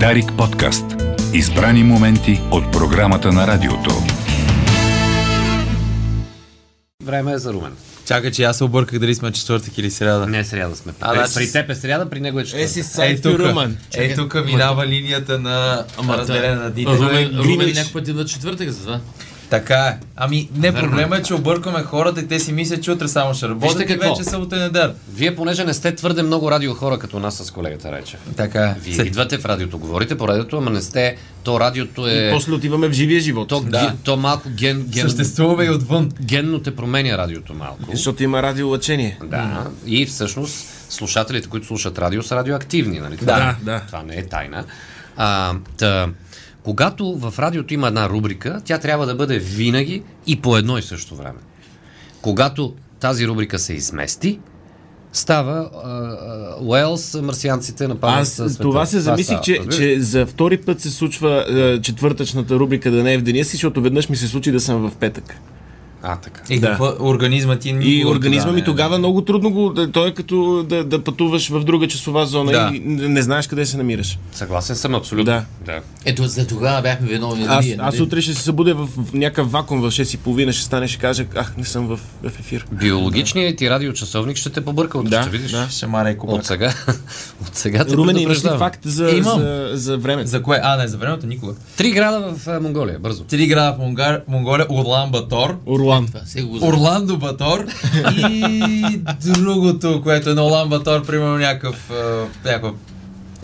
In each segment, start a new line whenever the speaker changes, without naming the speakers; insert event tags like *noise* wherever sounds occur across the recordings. Дарик подкаст. Избрани моменти от програмата на радиото.
Време е за Румен.
Чакай, че аз се обърках дали сме четвъртък или сряда.
Не е сряда сме.
А,
при,
значи-
при теб е сряда, при него е четвъртък.
Е, си
Ей
сайт
тук,
Румън.
е, тук минава линията на
Ама,
разделена
да.
на
Румен,
Дите.
Румен някой път идва четвъртък за това.
Така е. Ами, не,
Верно е.
проблема е, че объркаме хората и те си мислят, че утре само ще работят
Вижте
и
какво.
вече са утре недар.
Вие, понеже не сте твърде много радиохора като нас с колегата Райчев.
Така е.
Вие
Се-
идвате в радиото, говорите по радиото, ама не сте... То радиото е...
После отиваме в живия живот.
То,
Да.
ги- то малко ген, ген,
Съществува и отвън.
генно те променя радиото малко.
Защото има радиолъчение.
Да. И всъщност слушателите, които слушат радио, са радиоактивни, нали? Това,
Да,
да. Това не е тайна. А, та, когато в радиото има една рубрика, тя трябва да бъде винаги и по едно и също време. Когато тази рубрика се измести, става а, а, Уелс, марсианците на памет
Аз
за света.
това се замислих,
става,
че,
разбираш?
че за втори път се случва е, четвъртъчната рубрика да не е в деня си, защото веднъж ми се случи да съм в петък.
А, така. Е,
И
Да.
Е, какво организма ти никога
И организма
тогава
ми
не-
тогава много трудно го... да- Той е като да, да пътуваш в друга часова зона
Да.
и не не знаеш къде се намираш.
Съгласен съм абсолютно.
Да.
да.
Ето за тогава бяхме виновни
Аз,
ние.
аз
нали?
утре ще се събудя в, в някакъв вакуум в 6.30, ще стане, ще кажа, ах, не съм в, в ефир.
Биологичният ти радиочасовник ще те побърка от
Да,
ще видиш.
да.
Ще мара и купа.
От сега. *laughs* От сега те
Румен, имаш ли
предупреждавам.
факт за,
Имам.
за, за времето?
За кое? А, не, за времето никога.
Три града в а, Монголия, бързо.
Три града в Монгар, Монголия, Урлан Батор,
Орлан.
Това, сега го забравя.
Орландо Батор и другото, което е на Улан Батор, примерно някакъв, е, някаква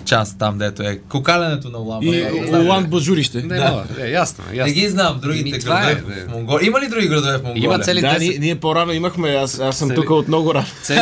част там, дето е. Кокалянето на Улан
И
Батор. Не знам.
Орлан Бажурище.
Не, Е, да. е, ясно,
Не
ясно.
ги знам другите
Ми, това е,
градове
бе.
в Монголия. Има ли други градове в Монголия?
Има цели
Да,
10.
ние, ние по-рано имахме, аз, аз съм тук от много рано. *laughs*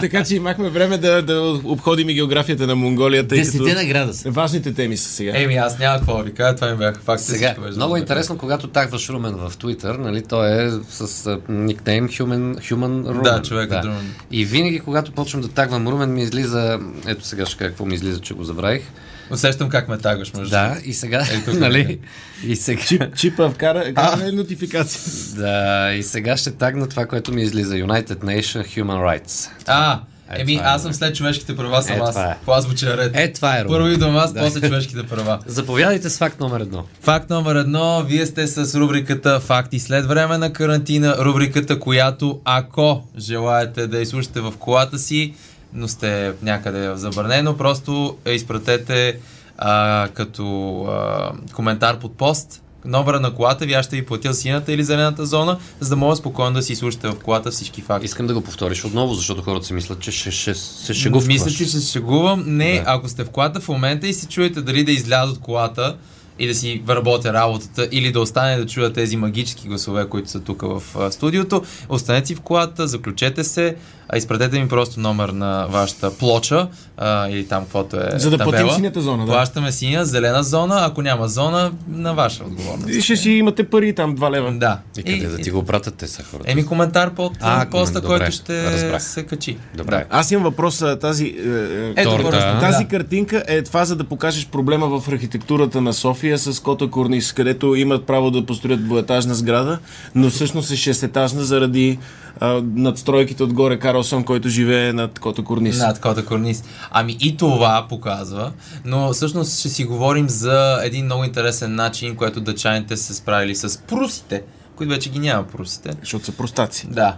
така че имахме време да, да обходим и географията на Монголия, тъй като
Десетте на града са.
важните теми са
Е.
сега.
Еми, аз няма какво да ви кажа, това ми бяха факти.
Сега,
всичко
е
беше
много
добре.
интересно, когато тагваш Румен в Twitter, нали, той е с а, никнейм Human, Human Румен.
Да,
е
човекът Румен.
И винаги, когато почвам да тагвам Румен, ми излиза, ето сега ще кажа какво ми излиза, че го забравих.
Усещам как ме тагаш, между
Да,
другото.
и сега,
Е,
нали, и сега,
Чип, чипа вкара, вкара е нотификация.
да, и сега ще тагна това, което ми излиза. United Nation Human Rights.
А,
Е,
еми,
това е,
аз съм след човешките права, съм
Е,
аз.
това е.
По азбучен ред.
Е, това е
Първо
Румен.
идвам аз, после човешките
*laughs*
права.
Заповядайте с факт номер едно.
Факт номер едно, вие сте с рубриката Факти след време на карантина, рубриката, която ако желаете да изслушате в колата си, но сте някъде в забранено, просто я изпратете а, като а, коментар под пост номера на колата ви, аз ще ви платя сината или зелената зона, за да мога спокойно да си слушате в колата всички факти.
Искам да го повториш отново, защото хората си мислят, че ще, ще, се шегуваш.
Мисля, че ще се шегувам. Не, ако сте в колата в момента и си чуете дали да изляза от колата и да си работя работата или да остане да чуя тези магически гласове, които са тук в а, студиото, останете си в колата, заключете се, а изпратете ми просто номер на вашата плоча а, или там каквото е
За да
табела.
платим синята зона, да.
Плащаме синя, зелена зона, ако няма зона, на ваша отговорност.
И ще си имате пари там, 2 лева.
Да.
И къде да ти го пратят те са хората?
Е, Еми коментар под
А,
а, поста,
добре,
който ще
разбрах.
се качи.
Добре.
Аз имам въпрос, а, тази... е, е,
Ето,
Торта.
просто,
А,
Тази
да.
картинка е това, за да покажеш проблема в архитектурата на София с Кота Корнис, където имат право да построят двуетажна сграда, но всъщност е шестетажна заради а, надстройките отгоре Карлсон, който живее над Кота Корнис.
Над кода Е, корнис. Ами и това показва, но всъщност ще си говорим за един много интересен начин, който дъчаните се справили с прусите, които вече ги няма прусите.
Защото са простаци.
Да.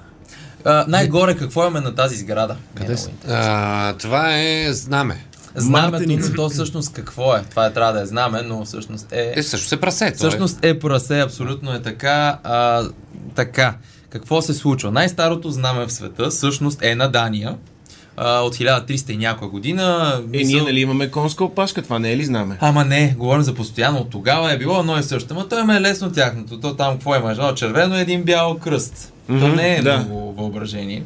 А, най-горе какво имаме на тази сграда? Къде са?
А, това е знаме.
Знамето,
Мартеница.
но то всъщност какво е? Това е, трябва да е знаме, но всъщност е...
Е, също се прасе. то
Всъщност е прасе, абсолютно е така. А, така, какво се случва? Най-старото знаме в света всъщност е на Дания. А, от 1300 и някоя година.
Е,
Мисъл-
ние нали имаме конска опашка, това не е ли знаме?
Ама не, говорим за постоянно. От тогава е било едно и също. Ама той ме е лесно тяхното. То там какво има? Едно червено и един бял кръст. То
Мгм,
не е
да.
много въображение.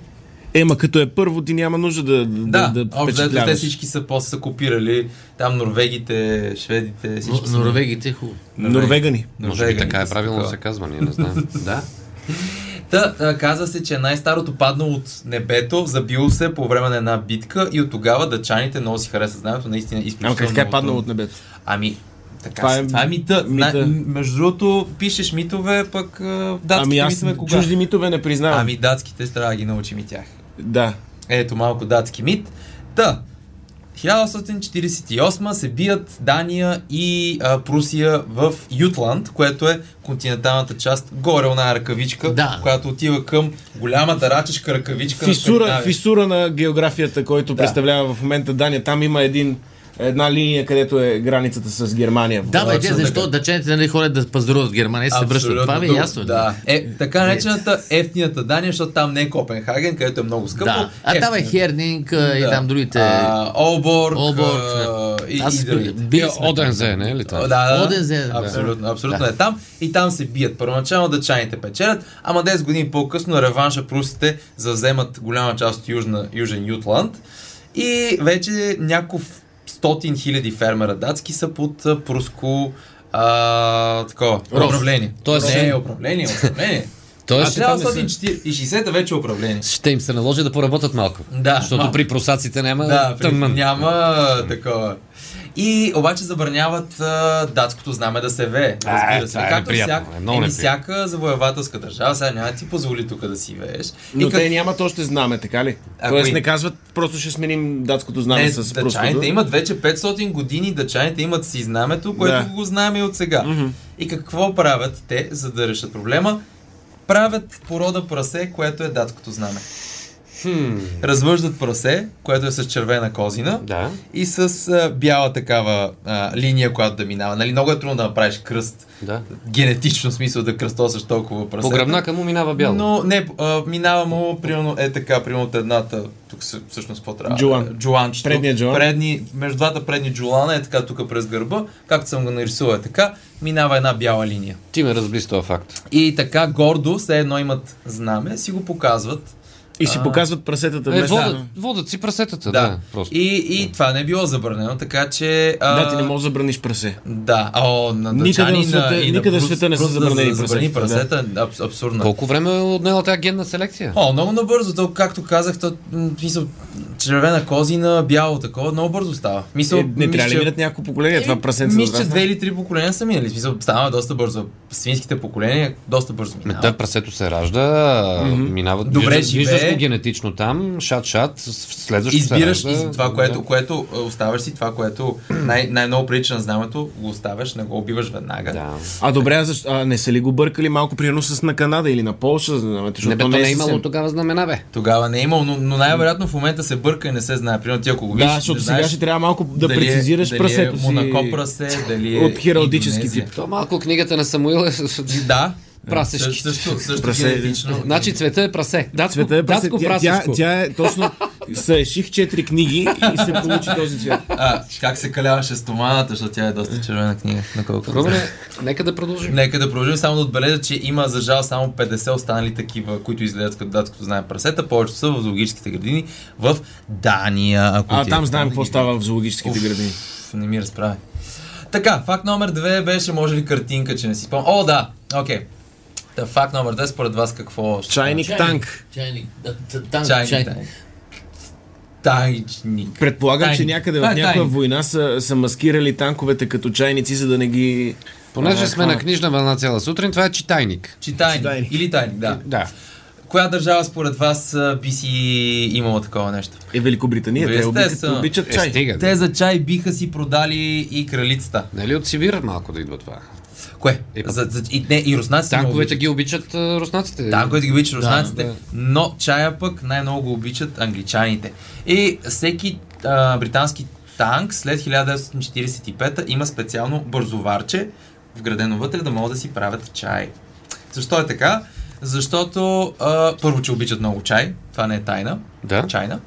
Е, ма като е първо, ти няма нужда да, да,
Да,
да, да
общо взето те
впечатляваш.
всички са после са копирали. Там норвегите, шведите,
Но-
всички са...
Норвегите е хубаво.
Норвегани.
Може би така е
са
правилно
такова.
се казва, ние не
*laughs*
знаем. да.
Та, а, казва се, че най-старото паднало от небето, забило се по време на една битка и от тогава дъчаните много си харесват знанието, наистина изключително
Ама как така е
много
паднало
трудно.
от небето?
Ами, така
Това
това
е
е, това е мита.
мита.
мита. между другото, пишеш митове, пък а, датските
Ами аз
митове кога?
чужди митове не признавам.
Ами датските ще трябва да ги научим и тях.
Да.
Ето малко датски мит. Та, 1848 се бият Дания и а, Прусия в Ютланд, което е континенталната част, горе на ръкавичка,
Да.
която отива към голямата рачешка ръкавичка на
Фисура,
Скандинавия.
фисура на географията, който да. представлява в момента Дания. Там има един, една линия, където е границата с Германия.
Да, бе, те
Точно
защо
така.
дъчаните нали, ходят да пазаруват в Германия и се връщат?
Абсолютно,
Това ми е
друг-
ясно.
Да. Е, така наречената ефтината Дания, защото там не е Копенхаген, където е много скъпо.
Да. А там е
ефтината.
Хернинг а, и
Да.
там другите.
А, Олборг,
Олборг,
а, и,
Аз
и другите.
били сме.
Одензе, не е ли
Да,
това?
да, да.
Одензе, да.
Абсолютно, абсолютно е там. И там се бият. Първоначално дъчаните печелят, ама 10 години по-късно реванша прусите завземат голяма част от южна, Южен Ютланд. И вече няколко стотин хиляди фермера датски са под а, пруско а, такова, управление.
Тоест-
не е управление, управление.
*laughs* Тоест,
а
там не
1960 вече е управление.
Ще им се наложи да поработят малко.
Да,
Защото
малко.
при просаците няма
Да, при...
тъмън.
няма а, такова. И обаче забраняват а, датското знаме да се вее. Разбира се.
това е
Както
неприятно,
всяка,
е много
еми,
неприятно.
всяка завоевателска държава сега няма да ти позволи тук да си вееш.
Но
и
те нямат още знаме, така ли?
Ако
Тоест
им-
не казват, просто ще сменим датското знаме
не,
с
дъчаните
пруското.
имат вече 500 години, дъчаните имат си знамето, което
Да.
го знаем и от сега. И какво правят те, за да решат проблема? Правят порода прасе, което е датското знаме. Развъждат прасе, което е с червена козина.
Да.
и с а, бяла такава а, линия, която да минава. Нали, много е трудно да направиш кръст.
Да.
Генетично в смисъл да кръстосаш толкова прасета.
По гръбнака му минава бяло.
Но не, а, минава му примерно е така, примерно от едната, тук се- всъщност какво трябва?
Джулан.
Джуланчето.
Предният джулан.
Предни, между двата предни джулана е така тук през гърба, както съм го нарисувал е така, минава една бяла линия.
Ти ме разби с този факт.
И така гордо, все едно имат знаме, си го показват
И си показват прасетата
Е,
вместо...
водят, водят си прасетата, да. просто.
И, и това не е било забранено, така че... а,
Да, ти не можеш да забраниш прасе.
Да, о, на
Никъде
дъчани,
в света-
на, и на
никъде в
Брус-
света не са
Брус да
забранени
забрани
прасетата,
прасета. Да. Абс, абсурдно.
Колко време е отнела тази генна селекция?
О, много набързо, то, както казах, то, м, мисъл, червена козина, бяло такова, много бързо става. Мисъл,
Е, не трябва ли
мисля,
минат няколко поколения? Това
Еми,
прасенце
Мисля, че
разрасна.
две или три поколения са минали. Мисъл, става доста бързо. Свинските поколения доста бързо
Да,
минават.
прасето се ражда, минават.
Добре
виждаш,
живее.
виждаш го генетично там, шат-шат, следващо
Избираш
се ражда.
из това, което, което е, оставаш си, това, което най- най-много прилича на знамето, го оставаш, не го убиваш веднага.
Да.
А добре, а, защо, а не са ли го бъркали малко примерно с на Канада или на Полша? Знамето,
Не, бе,
защото
то
то
не е
съвсем-
имало тогава знамена, бе.
Тогава не е имало, но, но най-вероятно в момента се бърка и не се знае. Примерно ти ако го видиш,
Да, защото
не знаеш,
сега ще трябва малко да
дали е-
прецизираш
дали
прасето
е
си.
Монако прасе, дали е
От хералдически
Индонезия.
тип.
То малко книгата на Самуил е с- с-
Да. Също,
прасешки.
също, също
Прасе.
генетично.
Значи цвета е прасе. Датско,
Цвета е прасе.
датско
Тя, тя,
прасешко.
тя е точно... Съеших четири книги и се получи този цвят.
А, как се каляваше стоманата, защото тя е доста червена книга. Наколко знам.
Румене, нека да продължим.
Нека да продължим само да отбележа, че има за жал само 50 останали такива, които изглеждат като датското знае прасета. Повечето са в зоологическите градини в Дания. Ако
А
отидете
там знаем
да
какво
ги
става в зоологическите
Уф,
градини.
Не ми разправя. Така, факт номер 2 беше, може ли картинка, че не си спомням. О, да, окей. Та, факт номер 2 според вас какво? ще-
Чайник танк.
Чайник. Да, т- Танк.
Чайник.
Чайник.
Тайчник.
Предполагам, че
Тайник.
някъде
Това
в
е
някаква
тайник.
война са, са маскирали танковете като чайници, за да не ги...
Понеже
а,
сме на
хванат.
книжна вълна цяла сутрин, това е читайник.
Читайник.
Читайник.
Или тайник, да.
Да.
Коя държава според вас а, би си имала такова нещо?
Е, Великобритания, те обичат,
Естествено.
обичат
Е,
чай.
стига. бе.
Те за чай биха си продали и кралицата.
Нали от Сибир малко да идва това?
Кое?
Е, па-
За, за, и, не, и руснаците. много
Танковете
обичат.
ги обичат а, руснаците.
Танковете ги обичат руснаците,
да.
но чая пък най-много го обичат англичаните. И всеки а, британски танк след 1945 има специално бързоварче, вградено вътре, да могат да си правят чай. Защо е така? Защото а, първо, че обичат много чай, това не е тайна.
Да.
Чайна.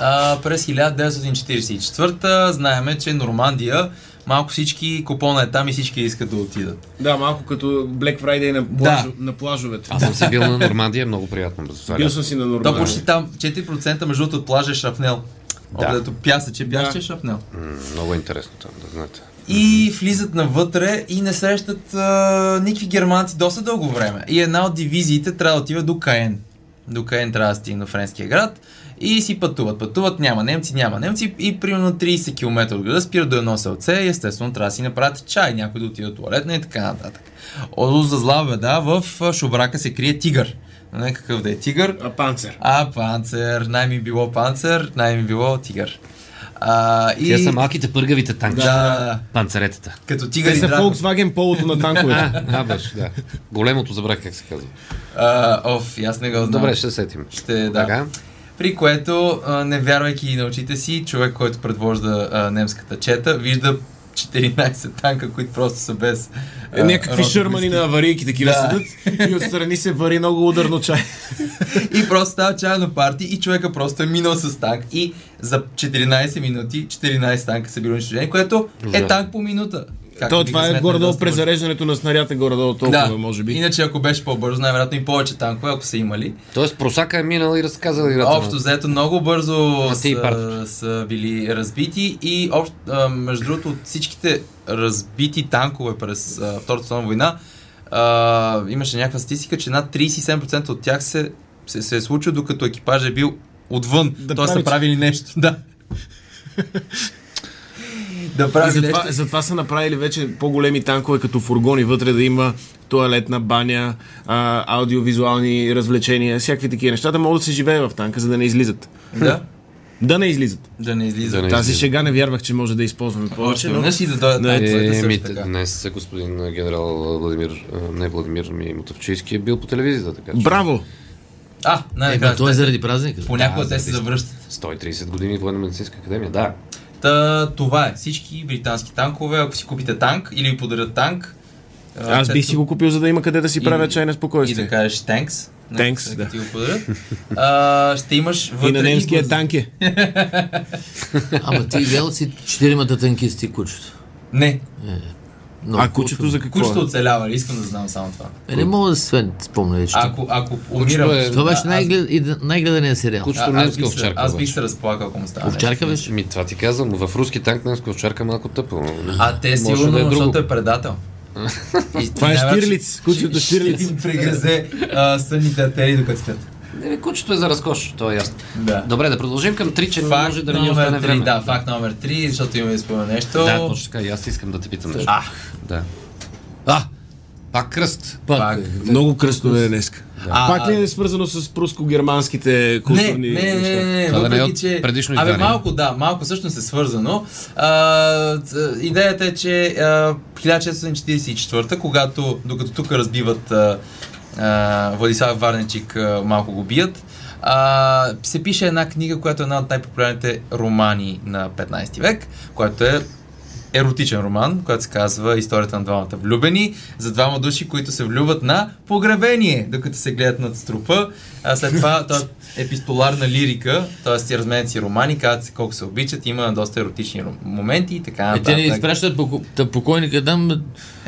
А, през 1944 знаеме, че Нормандия, малко всички, купона е там и всички искат да отидат.
Да, малко като Black Friday на,
плажо-
на плажовете.
Аз съм си бил на Нормандия, много приятно. Без това.
Бил съм си на
То
Нормандия.
почти там 4% между другото от плажа е шрапнел.
Да.
Да. Обдето пясъче бяхче е
Да.
шрапнел.
Много интересно там, да знаете.
И влизат навътре и не срещат а, никакви германци доста дълго време. И една от дивизиите трябва да отива до Каен. До Каен трябва да стигне до френския град. И си пътуват. Пътуват, няма немци, няма немци. И примерно 30 км от града спират до едно селце и естествено трябва да си направят чай, някой да отиде до туалетна и така нататък. О, за зла беда, в а, шубрака се крие тигър. Не какъв да е тигър.
А панцер.
А, панцер. Най ми било панцер, най ми било тигър. А, и...
Те са малките пъргавите танки.
Да.
Панцеретата.
Като
Те
тигър и
са
дракон.
Volkswagen полото на танковете.
А, а, беше, да. Големото забрах как се казва.
А, оф, и аз не го знам.
Добре, ще сетим.
Ще, да.
Така.
При което, а, не вярвайки на очите си, човек, който предвожда а, немската чета, вижда 14 танка, които просто са без...
Е,
а,
Някакви
розови
шърмани на аварийки такива
Да.
седат и отстрани се вари много ударно чай.
И просто става чайно парти и човека просто е минал с танк. И за 14 минути 14 танка са били унищожени, което е
Ужасно.
танк по минута. Както
То,
ги
това е
сметнем,
горе-долу
доста бързо.
презареждането на снаряда горе-долу толкова,
да.
може би.
Иначе ако беше по-бързо, най-вероятно и повече танкове, ако са имали.
Тоест, просака е минал и разказал играта.
Общо взето много бързо
А те и
са,
партито.
са били разбити и общо, а, между другото от всичките разбити танкове през а, Втората световна война а, имаше някаква статистика, че над 37% от тях се, се, се е случило докато екипаж е бил отвън,
Да
т.е.
прави-
са правили нещо. Да. да прави
И затова,
нещо.
затова са направили вече по-големи танкове като фургони, вътре да има туалетна баня, а, аудиовизуални развлечения, всякакви такива неща, да могат да се живее в танка, за да не излизат.
Да,
Да не излизат.
да не излиза.
Да не
Тази
излизат.
шега не вярвах, че може да използваме повече,
Още
но...
веднъж и да дойдат
Да,
танковете
Е, ми,
също така.
днес господин а, генерал а, Владимир, а, не Владимир, ми Мутавчийски е бил по телевизията, така че.
Браво!
А,
Е,
най-накрая.
бе, то е заради празника.
Понякога
Да,
те се
зависи.
завръщат.
130 години военно-медицинска академия, да.
Та, това е. Всички британски танкове, ако си купите танк или ви подарят танк, а,
Аз
те
бих
са-
си го купил, за да има къде да си
И-
правя чай на
И да
спокойствие.
кажеш танкс.
Tanks, да.
Ти го подарят. А, ще имаш вътре...
И на немския
избор.
танк е.
Ама ти вял си четиримата танкисти и кучето.
Не,
Но,
А кучето за какво
кучето
е?
оцелява ли? Искам да знам само това.
Е, не мога да се спомня вече.
Ако, ако умирам...
е-
Това беше
аз-
най-глед- и- най-гледаният сериал.
Кучето
а- аз
немска
бих се-
овчарка.
Аз
обаче.
бих се разплакал, ако му стане.
Овчарка беше.
Ми, това ти казвам, в руски танк немска овчарка е малко тъпо. но-
А те
Може
сигурно,
да е друго.
защото е
*laughs*
предател. И-
Това е
и най-вероятно
Штирлиц, кучето
ще-
Штирлиц.
Ще ти прегрезе а, сънните артерии докато спят.
Не, бе, кучето е за разкош, то е ясно.
Да.
Добре, да продължим към 3, че не
Факт
Е, може да не ни
номер
остане
три,
време.
Да, факт номер 3, защото имаме да спомена нещо.
да, точно така, и аз искам да те питам нещо.
А,
Да. А, пак кръст.
Пак.
пак.
Много кръстове е днеска.
А,
Пак ли
а-
е свързано с пруско-германските
Не,
културни
не, не, не, не,
Това да не е
въпреки,
от
че...
предишно
Абе,
издание.
малко, да, малко всъщност е свързано. А, т- идеята е, че а, 1644, когато, докато тук разбиват а, а, Владислав Варничик, а, малко го бият, а, се пише една книга, която е една от най-популярните романи на 15 век, която е еротичен роман, който се казва Историята на двамата влюбени, за двама души, които се влюбват на погребение, докато се гледат над струпа. А след това той е епистоларна лирика, т.е. си разменят си романи, казват се колко се обичат, има доста еротични ром- моменти и така
Е, те не
нататък.
изпращат поко- та покойника там.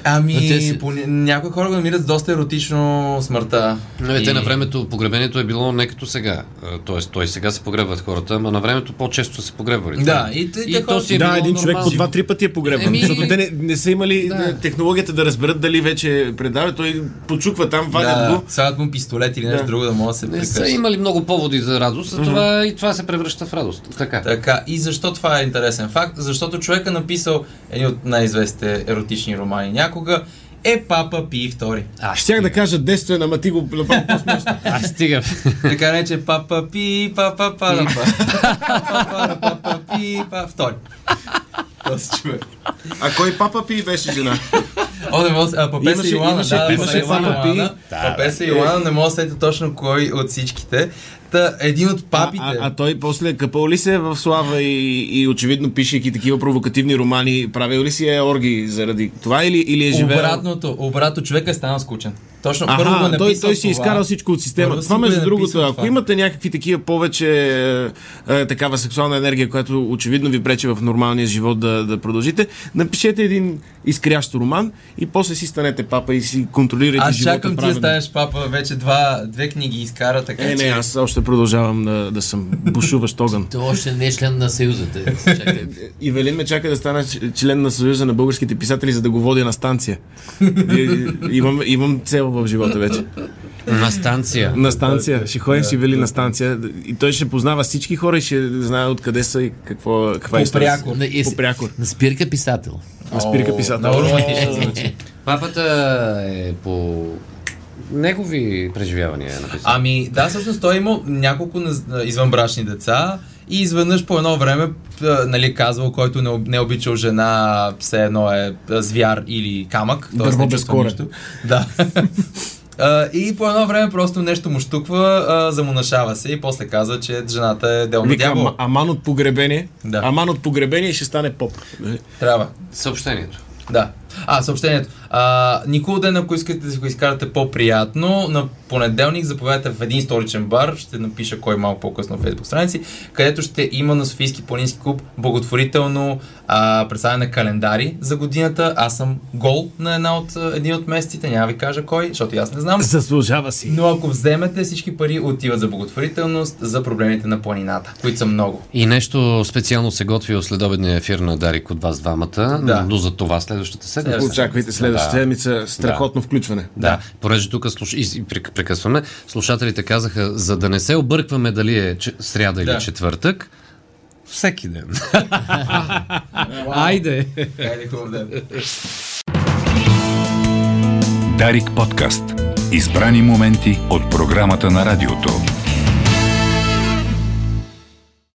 Ами,
А те си-
по- някои хора го намират с доста еротично смъртта.
Не, бе,
И-
е, те на времето погребението е било не като сега. А, Тоест, той сега се погребват хората, ама на времето по-често са се погребвали.
Да, и, те- те
И то
хора-
си е
Да,
било
един човек по
нормално.
два-три пъти е погребан,
Еми-
защото те не, не са имали
Да.
да. технологията да разберат дали вече предава, той почуква там, вадят
да,
го.
слагат му пистолет или нещо
Да.
друго да може да се
Не са
прекъсне.
имали много поводи за радост, а това и това се превръща в радост. Така.
Така, и защо това е интересен факт? Защото човека написал един от най-известните еротични романи някога е Папа Пи II.
А,
Щях да кажа действена, ама ти го направи по-смешно.
А, стига.
Така рече Папа Пи, Папа Пара Папа Папа Пи, Папа Втори. Този човек.
*laughs* А кой папа пи беше жена?
О, не мога да се- а, Папеса
Имаше-
Йоана,
имаше-
да,
имаше
Папеса
Папа
Йоана,
Пи.
Йоана. Папеса Йоана, не мога да сетя точно кой от всичките. Та, един от
А,
папите.
а, а той после къпал ли се е в слава и, и очевидно пишейки такива провокативни романи, правил ли си е орги заради това или, или е живеел?
Обратното, обратно, човека е станал скучен. Точно,
Аха,
първо го е
той,
написал
той си е
това.
изкарал всичко от системата.
Първо си
Това
го е
между
написал
другото, ако
това.
имате някакви такива повече е, е, такава сексуална енергия, която очевидно ви пречи в нормалния живот да, да продължите, напишете един изкрящ роман и после си станете папа и си контролирайте
Аз
живота
чакам ти да
правилно.
станеш папа, вече два, две книги изкара, така
Е,
че...
не, аз още продължавам да, да съм
*laughs*
бушуващ огън. Е,
Той още не е член на съюза. Те. Чакай.
Ивелин ме чака да стана ч- член на Съюза на българските писатели, за да го водя на станция. И- и- имам, имам цел в живота вече.
*laughs* На станция.
На станция. Ще ходим си вели на станция. И той ще познава всички хора и ще знае откъде са и какво, каква е историята.
Попряко.
На- и с-
Попряко.
На спирка писател.
На спирка *laughs*
Много
писател.
романтично звучи.
Папата е по негови преживявания. е написано.
Ами, да, всъщност той има няколко наз- извънбрачни деца и изведнъж по едно време, а, нали, казвал, който не, об- не е обичал жена, все едно е а, звяр или камък. т.е. не
Дърво без
чувствал
корен.
нищо. Да. *laughs* А, и по едно време просто нещо му штуква, а, замунашава се и после казва, че жената е дел на
Вика,
дявола.
ама- аман от погребение.
Да.
Аман от погребение ще стане поп.
Трябва.
Съобщението.
Да. А, съобщението. А, Никол ден, ако искате да си го изкарате по-приятно, на понеделник заповядайте в един столичен бар, ще напиша кой е малко по-късно в фейсбук страници, където ще има на Софийски планински клуб благотворително а, представяне на календари за годината. Аз съм гол на една от, а, един от месеците, няма ви кажа кой, защото и аз не знам.
Заслужава си.
Но ако вземете, всички пари отиват за благотворителност, за проблемите на планината, които са много.
И нещо специално се готви в следобедния ефир на Дарик от вас двамата,
Да.
но за това следващата седмица.
Очаквайте следващата седмица страхотно включване.
Да, понеже тук слуш... и- и прек- прекъсваме, слушателите казаха, за да не се объркваме дали е че- сряда или
Да.
четвъртък, всеки ден.
Айде!
Хайде, хубав ден.
Дарик подкаст. Избрани моменти от програмата на радиото.